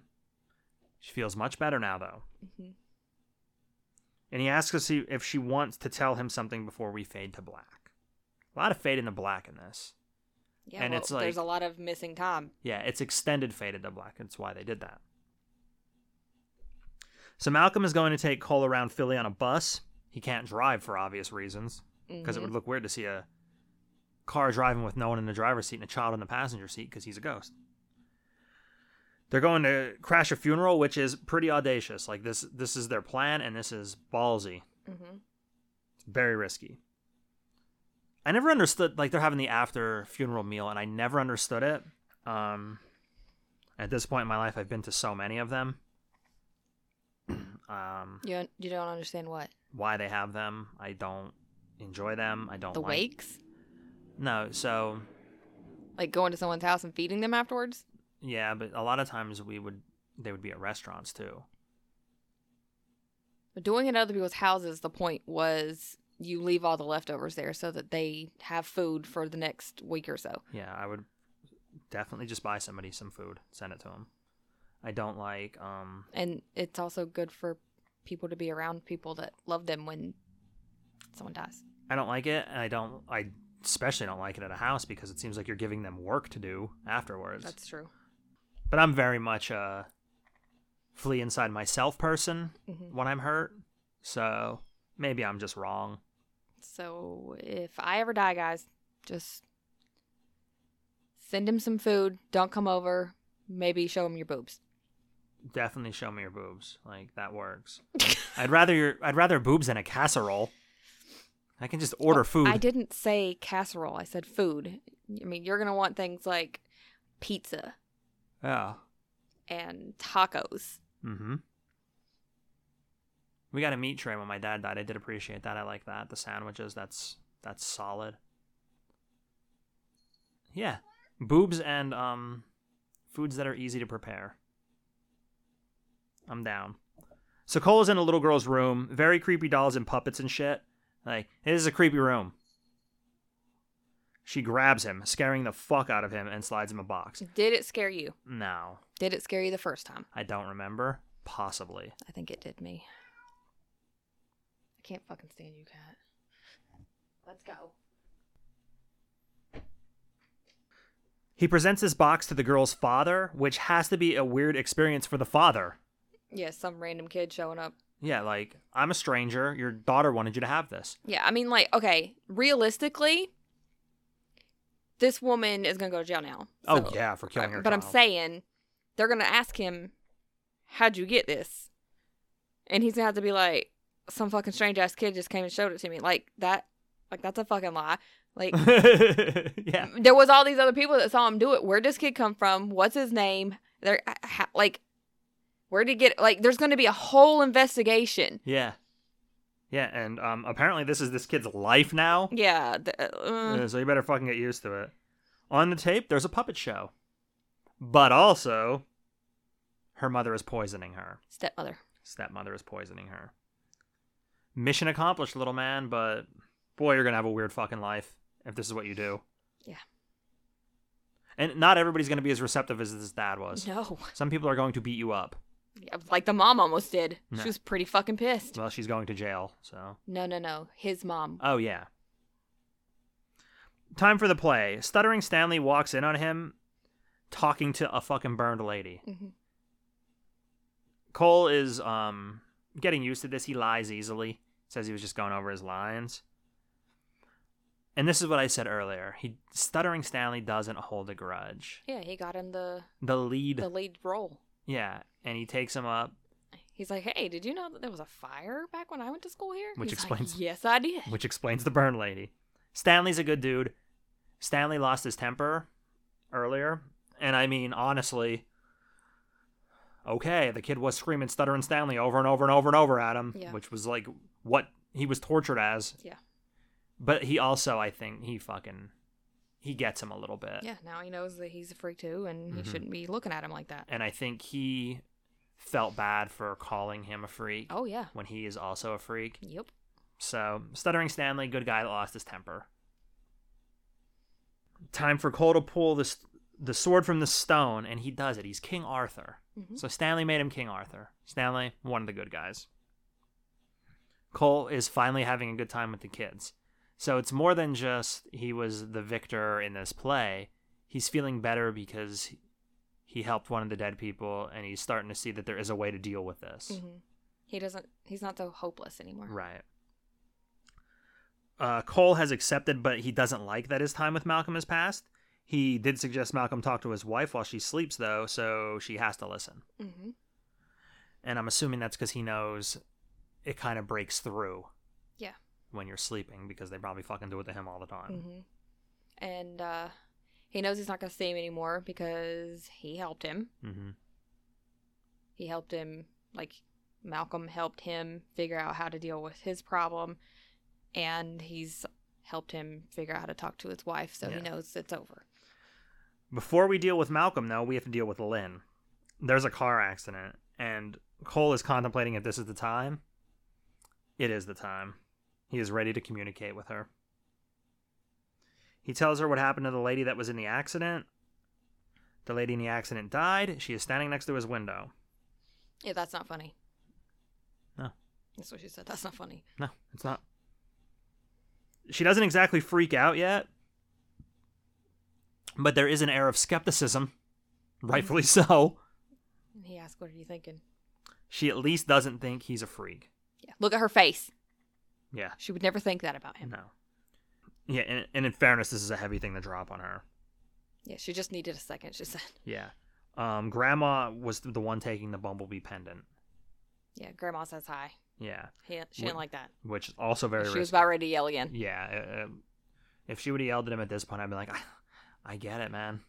She feels much better now, though. Mhm. And he asks us if if she wants to tell him something before we fade to black. A lot of fade into black in this. Yeah. And well, it's there's a like- lot of missing time. Yeah, it's extended faded to black. That's why they did that. So Malcolm is going to take Cole around Philly on a bus. He can't drive for obvious reasons because it would look weird to see a car driving with no one in the driver's seat and a child in the passenger seat because he's a ghost. They're going to crash a funeral, which is pretty audacious. Like this, this is their plan, and this is ballsy. It's very risky. I never understood like they're having the after funeral meal, and I never understood it. Um, at this point in my life, I've been to so many of them. um, You don't, you don't understand what why they have them. I don't enjoy them. I don't the like. wakes, No, so like going to someone's house and feeding them afterwards. yeah, but a lot of times we would they would be at restaurants too. But doing it at other people's houses, the point was you leave all the leftovers there so that they have food for the next week or so. Yeah, I would definitely just buy somebody some food, send it to them. I don't like um And it's also good for people to be around people that love them when someone dies. I don't like it, and I don't I especially don't like it at a house because it seems like you're giving them work to do afterwards. That's true. but I'm very much a flee inside myself person when I'm hurt. So maybe I'm just wrong. So if I ever die, guys, just send him some food. Don't come over. Maybe show him your boobs. definitely show me your boobs. Like that works. I'd rather your I'd rather boobs than a casserole. I can just order food. I didn't say casserole. I said food. I mean, you're gonna want things like pizza Yeah. and tacos. Mm-hmm. We got a meat tray when my dad died. I did appreciate that. I like that. The sandwiches, that's that's solid. Yeah. Boobs and um foods that are easy to prepare. I'm down. So Cole is in a little girl's room, very creepy dolls and puppets and shit. Like, this is a creepy room. She grabs him, scaring the fuck out of him, and slides him a box. Did it scare you? No, Did it scare you the first time? I don't remember. Possibly. I think it did me. I can't fucking stand you, cat. Let's go. He presents his box to the girl's father, which has to be a weird experience for the father. Yeah, some random kid showing up. Yeah, like, I'm a stranger. Your daughter wanted you to have this. Yeah, I mean, like, okay, realistically, this woman is gonna go to jail now. Oh, So- yeah, for killing her But I'm child. saying they're gonna ask him, "How'd you get this?" And he's gonna have to be like, "Some fucking strange ass kid just came and showed it to me." Like that, like that's a fucking lie. Like yeah. there was all these other people that saw him do it. Where'd this kid come from? What's his name? There, h- h- like, where did he get? Like, there's gonna be a whole investigation. Yeah. Yeah, and um, apparently this is this kid's life now. Yeah. th- uh, Uh, so you better fucking get used to it. On the tape, there's a puppet show. But also, her mother is poisoning her. stepmother. Stepmother is poisoning her. Mission accomplished, little man, but boy, you're going to have a weird fucking life if this is what you do. Yeah. And not everybody's going to be as receptive as this dad was. No. Some people are going to beat you up. Yeah, Like the mom almost did. No. She was pretty fucking pissed. Well, she's going to jail, so. No, no, no. His mom. Oh, yeah. Time for the play. Stuttering Stanley walks in on him talking to a fucking burned lady. Mhm. Cole is um getting used to this. He lies easily. Says he was just going over his lines. And this is what I said earlier. He stuttering Stanley doesn't hold a grudge. Yeah, he got him the The lead, the lead role. yeah, and he takes him up, He's like, "Hey, did you know that there was a fire back when I went to school here?" Which He's like, explains- yes, I did. which explains the burn lady. Stanley's a good dude. Stanley lost his temper earlier, and I mean honestly, okay, the kid was screaming, stuttering Stanley over and over and over and over at him, Yeah. which was like what he was tortured as Yeah, But he also, I think, he fucking he gets him a little bit. yeah. Now he knows that he's a freak too, and Mm-hmm. he shouldn't be looking at him like that. And I think he felt bad for calling him a freak Oh yeah. when he is also a freak. Yep. So, stuttering Stanley, good guy that lost his temper. Time for Cole to pull this the sword from the stone, and he does it. He's King Arthur. So Stanley made him King Arthur. Stanley, one of the good guys. Cole is finally having a good time with the kids. So it's more than just he was the victor in this play. He's feeling better because he helped one of the dead people, and he's starting to see that there is a way to deal with this. Mhm. He doesn't. He's not so hopeless anymore. Right. Uh, Cole has accepted, but he doesn't like that his time with Malcolm has passed. He did suggest Malcolm talk to his wife while she sleeps, though, so she has to listen. Mm-hmm. And I'm assuming that's because he knows it kind of breaks through Yeah. when you're sleeping because they probably fucking do it to him all the time. hmm And uh, he knows he's not going to see him anymore because he helped him. hmm He helped him, like, Malcolm helped him figure out how to deal with his problem. And he's helped him figure out how to talk to his wife. So Yeah. he knows it's over. Before we deal with Malcolm, though, we have to deal with Lynn. There's a car accident, and Cole is contemplating if this is the time. It is the time. He is ready to communicate with her. He tells her what happened to the lady that was in the accident. The lady in the accident died. She is standing next to his window. Yeah, that's not funny. No. That's what she said. That's not funny. No, it's not. She doesn't exactly freak out yet, but there is an air of skepticism, rightfully so. And he asked, What are you thinking? she at least doesn't think he's a freak. Yeah. Look at her face. Yeah. She would never think that about him. No. Yeah, and, and in fairness, this is a heavy thing to drop on her. Yeah, she just needed a second, she said. Yeah. Um, Grandma was the one taking the bumblebee pendant. Yeah, Grandma says hi. Yeah, He, she Wh- didn't like that. which is also very. she was risky. about ready to yell again. Yeah. Uh, if she would have yelled at him at this point, I'd be like, I, I get it, man.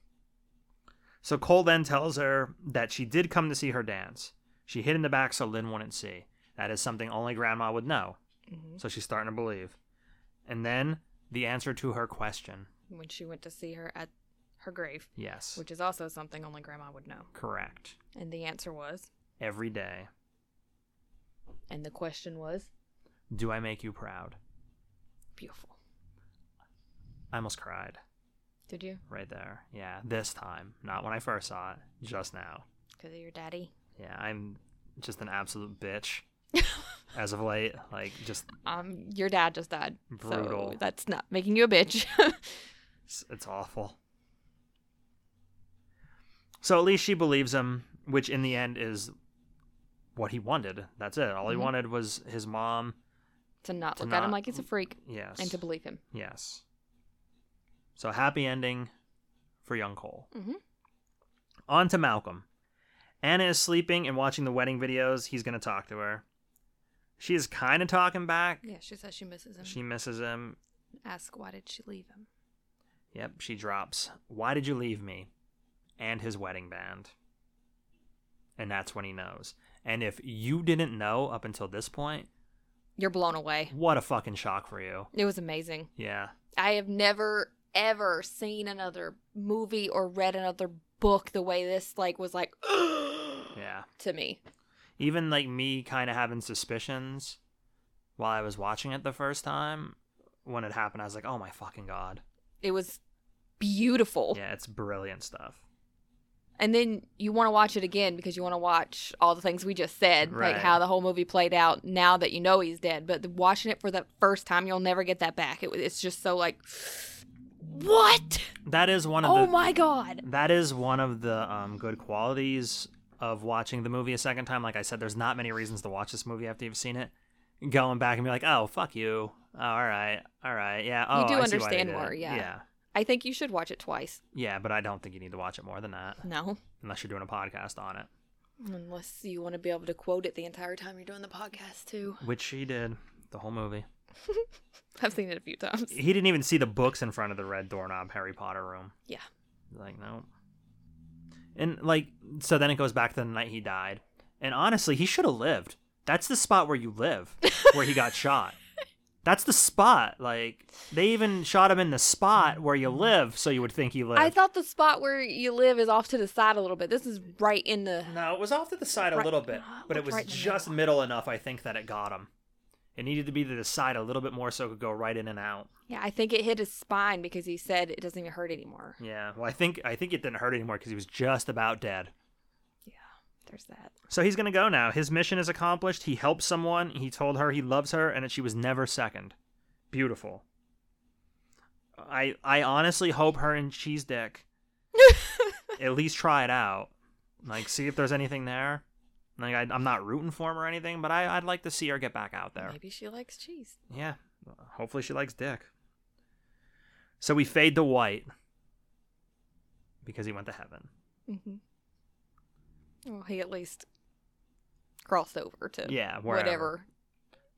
So Cole then tells her that she did come to see her dance. She hid in the back so Lynn wouldn't see. That is something only Grandma would know. Mm-hmm. So she's starting to believe. And then the answer to her question. When she went to see her at her grave, Yes. which is also something only Grandma would know. Correct. And the answer was, Every day. and the question was, Do I make you proud? beautiful. I almost cried Did you? right there. Yeah, this time. Not when I first saw it, just now. Because of your daddy. Yeah, I'm just an absolute bitch as of late. Like, just, Um, your dad just died. Brutal. So that's not making you a bitch. it's, it's awful. So at least she believes him, which in the end is what he wanted. That's it. All he Mm-hmm. wanted was his mom. to not To look at him not- like he's a freak Yes. and to believe him. Yes. So happy ending for young Cole. Mhm. On to Malcolm. Anna is sleeping and watching the wedding videos. He's going to talk to her. She is kind of talking back. Yeah, she says she misses him. She misses him. asks, why did she leave him? Yep, she drops. Why did you leave me? And his wedding band. And that's when he knows. And if you didn't know up until this point, You're blown away. what a fucking shock for you. It was amazing. Yeah. I have never ever seen another movie or read another book the way this like was like Yeah. to me. even like me kind of having suspicions while I was watching it the first time when it happened I was like oh my fucking god It was beautiful. yeah it's brilliant stuff And then you want to watch it again because you want to watch all the things we just said, Right. like how the whole movie played out now that you know he's dead. But the, watching it for the first time, you'll never get that back. It, was- it's just so like, what? that is one of Oh the my god! that is one of the um, good qualities of watching the movie a second time like I said there's not many reasons to watch this movie after you've seen it going back and be like oh fuck you Oh, all right all right yeah oh, You do I see why they understand did it." more, yeah. yeah I think you should watch it twice. yeah but I don't think you need to watch it more than that No, unless you're doing a podcast on it unless you want to be able to quote it the entire time you're doing the podcast too. which she did the whole movie I've seen it a few times. he didn't even see the books in front of the red doorknob Harry Potter room. Yeah. Like, no. And like so then it goes back to the night he died. And honestly, he should have lived. That's the spot where you live, where he got shot. That's the spot. Like they even shot him in the spot where you live, so you would think he lived. I thought the spot where you live is off to the side a little bit. This is right in the. no, it was off to the side a Right- little bit, Ah, but it looked was right in the just middle enough, I think, that it got him. It needed to be to the side a little bit more, so it could go right in and out. Yeah, I think it hit his spine because he said it doesn't even hurt anymore. Yeah. Well, I think I think it didn't hurt anymore because he was just about dead. Yeah, there's that. So he's going to go now. His mission is accomplished. He helped someone. He told her he loves her and that she was never second. Beautiful. I I honestly hope her and Cheese Dick at least try it out. Like see if there's anything there. Like I, I'm not rooting for him or anything, but I, I'd like to see her get back out there. Maybe she likes cheese. Yeah. Hopefully she likes dick. So we fade to white because he went to heaven. Mm-hmm. Well, he at least crossed over to Yeah, wherever. whatever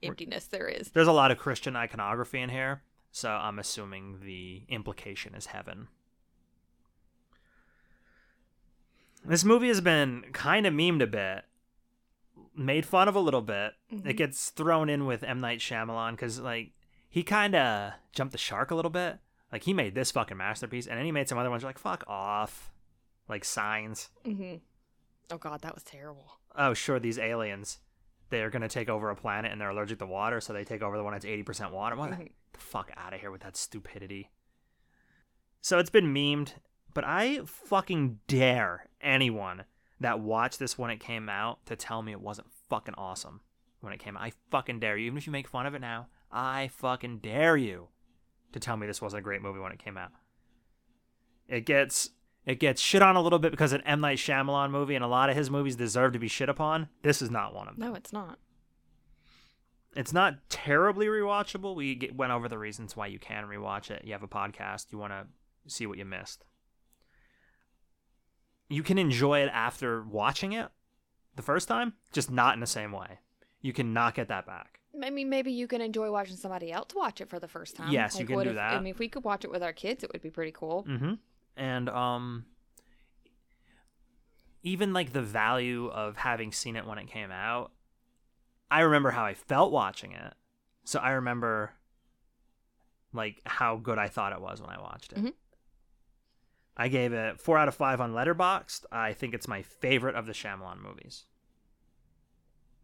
emptiness there is. There's a lot of Christian iconography in here, so I'm assuming the implication is heaven. This movie has been kind of memed a bit, made fun of a little bit. It gets thrown in with M Night Shyamalan because like he kind of jumped the shark a little bit. Like he made this fucking masterpiece, and then he made some other ones. You're like, fuck off, like signs. Mm-hmm. Oh God, that was terrible. oh sure these aliens they're going to take over a planet and they're allergic to water so they take over the one that's 80% water what Mhm. the fuck out of here with that stupidity so it's been memed but i fucking dare anyone that watched this when it came out to tell me it wasn't fucking awesome when it came out i fucking dare you even if you make fun of it now i fucking dare you to tell me this wasn't a great movie when it came out it gets it gets shit on a little bit because an M Night Shyamalan movie and a lot of his movies deserve to be shit upon. This is not one of them. No, it's not. It's not terribly rewatchable. We get, went over the reasons why you can rewatch it. You have a podcast. You want to see what you missed. You can enjoy it after watching it the first time, just not in the same way. You cannot get that back. I mean, maybe you can enjoy watching somebody else watch it for the first time. Yes, you can what do if, I that. mean, if we could watch it with our kids, it would be pretty cool. Mm-hmm. And um, even like the value of having seen it when it came out, I remember how I felt watching it. So I remember like how good I thought it was when I watched it. Mhm. I gave it four out of five on Letterboxd. I think it's my favorite of the Shyamalan movies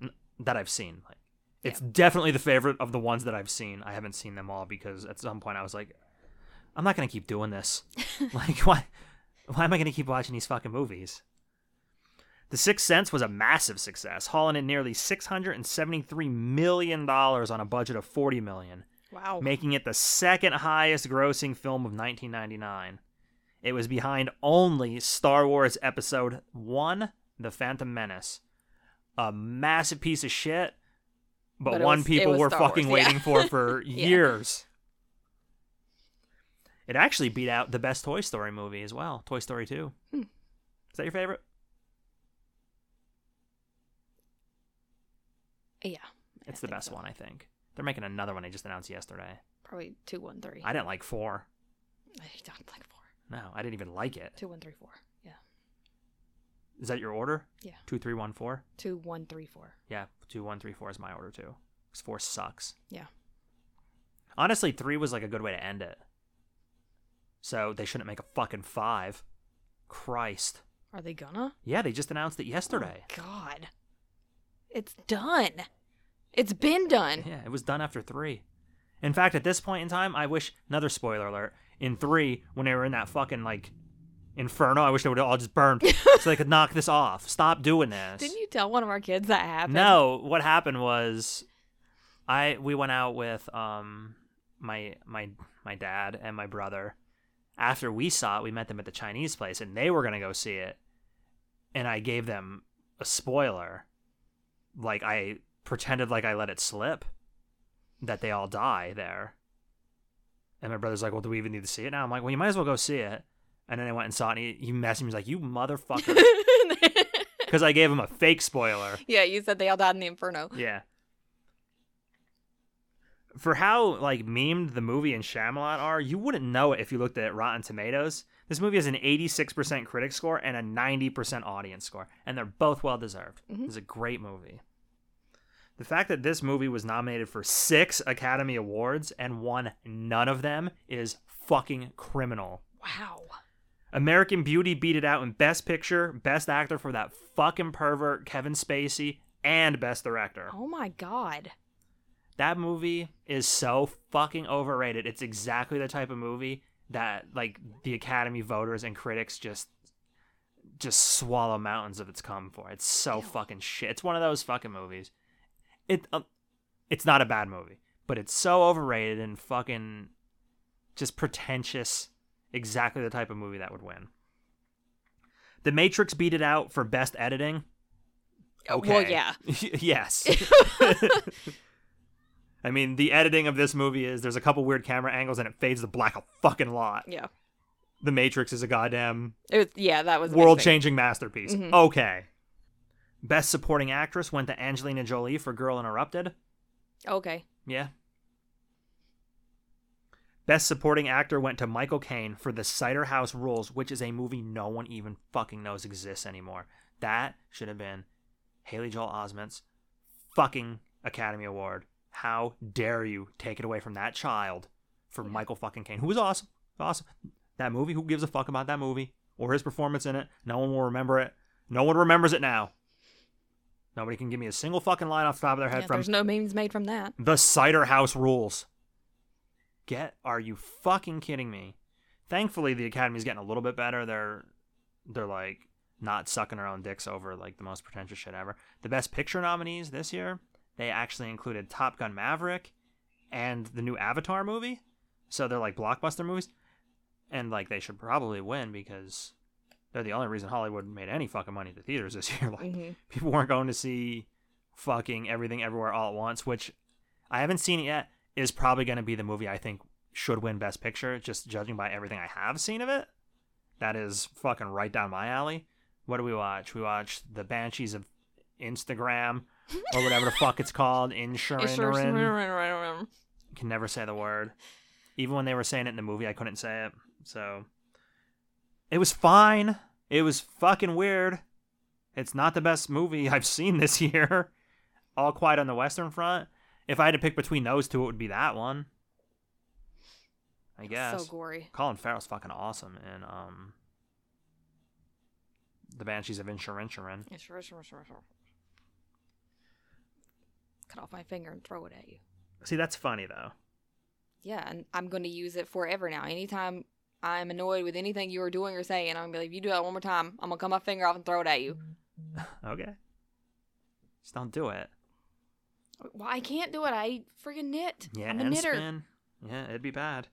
N- that I've seen. Like, it's definitely the favorite of the ones that I've seen. I haven't seen them all because at some point I was like, I'm not gonna keep doing this. like, why? Why am I gonna keep watching these fucking movies? The Sixth Sense was a massive success, hauling in nearly 673 million dollars on a budget of 40 million Wow. making it the second highest grossing film of 1999. It was behind only Star Wars Episode 1 The Phantom Menace. A massive piece of shit, but, But it one was- it people was were Star fucking Wars, yeah. waiting for for Yeah. years. It actually beat out the best Toy Story movie as well, Toy Story 2. Hmm. Is that your favorite? yeah. I It's the think best so. one, I think. They're making another one they just announced yesterday. Probably two one three. I didn't like 4. I don't like four. No, I didn't even like it. Two one three four. Yeah. Is that your order? Yeah. 2314? Two one three four. Yeah, two, one, three, four is my order too. 'Cause four sucks. Yeah. Honestly, three was like a good way to end it. So they shouldn't make a fucking five. Christ. Are they gonna? Yeah, they just announced it yesterday. Oh, God. It's done. It's been done. Yeah, it was done after three. In fact, at this point in time, I wish another spoiler alert. In three, when they were in that fucking like inferno, I wish they would have all just burned so they could knock this off. Stop doing this. Didn't you tell one of our kids that happened? No, what happened was I we went out with um my my my dad and my brother. After we saw it, we met them at the Chinese place and they were going to go see it. And I gave them a spoiler. Like I pretended like I let it slip that they all die there. And my brother's like, "Well, do we even need to see it now?" I'm like, "Well, you might as well go see it." And then I went and saw it, and he, he messaged me he's like, "You motherfucker," because I gave him a fake spoiler. yeah, you said they all died in the inferno. Yeah. For how like memed the movie and Shyamalan are, you wouldn't know it if you looked at Rotten Tomatoes. This movie has an 86% critic score and a 90% audience score, and they're both well deserved. It's a great movie. The fact that this movie was nominated for six Academy Awards and won none of them is fucking criminal. Wow. American Beauty beat it out in Best Picture, Best Actor for that fucking pervert Kevin Spacey, and Best Director. Oh my God. That movie is so fucking overrated. It's exactly the type of movie that like the Academy voters and critics just just swallow mountains of its cum for. It's so fucking shit. It's one of those fucking movies. It uh, it's not a bad movie, but it's so overrated and fucking just pretentious. Exactly the type of movie that would win. The Matrix beat it out for best editing. Oh, okay. Well, yeah. yes. I mean, the editing of this movie is there's a couple weird camera angles and it fades to black a fucking lot. Yeah. The Matrix is a goddamn It was, yeah, that was a big world thing. changing masterpiece. Okay. Best supporting actress went to Angelina Jolie for Girl Interrupted. Okay. Yeah. Best supporting actor went to Michael Caine for The Cider House Rules, which is a movie no one even fucking knows exists anymore. That should have been Haley Joel Osment's fucking Academy Award. How dare you take it away from that child for Michael fucking Caine, who was awesome. Awesome. That movie, who gives a fuck about that movie or his performance in it? No one will remember it. No one remembers it now. Nobody can give me a single fucking line off the top of their head Yeah, from there's no memes made from that. the cider house rules. Get are you fucking kidding me? Thankfully the academy's getting a little bit better. They're they're like not sucking their own dicks over like the most pretentious shit ever. The best picture nominees this year, they actually included Top Gun Maverick and the new Avatar movie. So they're like blockbuster movies. And like they should probably win because they're the only reason Hollywood made any fucking money at the theaters this year. Like Mhm. people weren't going to see fucking everything everywhere all at once, which I haven't seen it yet, is probably going to be the movie I think should win Best Picture, just judging by everything I have seen of it. That is fucking right down my alley. What do we watch? We watch The Banshees of Instagram or whatever the fuck it's called. Insurance. Can never say the word. Even when they were saying it in the movie, I couldn't say it. So it was fine. It was fucking weird. It's not the best movie I've seen this year. All Quiet on the Western Front. If I had to pick between those two, it would be that one. I guess. So gory. Colin Farrell's fucking awesome and um The Banshees of Insurrenturin. Cut off my finger and throw it at you. See, that's funny though. Yeah, and I'm going to use it forever now. Anytime I'm annoyed with anything you are doing or saying, I'm going to be like, if you do that one more time, I'm going to cut my finger off and throw it at you. Okay. Just don't do it. Well, I can't do it. I freaking knit. Yeah, I'm a and knitter. spin. Yeah, it'd be bad.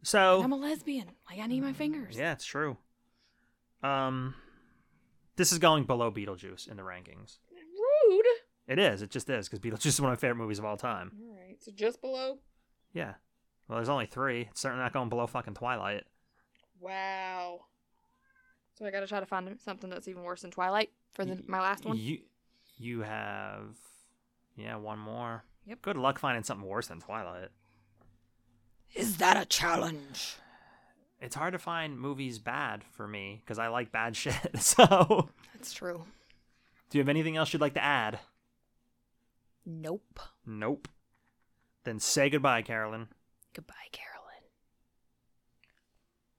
And So I'm a lesbian. Like, I need my fingers. Yeah, it's true. Um This is going below Beetlejuice in the rankings. Rude. It is, it just is, because Beetlejuice is one of my favorite movies of all time. All right. So just below. Yeah. Well, there's only three. It's certainly not going below fucking Twilight. Wow. So I got to try to find something that's even worse than Twilight for the, my last one. You you have yeah, one more. Yep. Good luck finding something worse than Twilight. Is that a challenge? It's hard to find movies bad for me because I like bad shit. So, That's true. do you have anything else you'd like to add? Nope. Nope. Then say goodbye, Carolyn. Goodbye, Carolyn.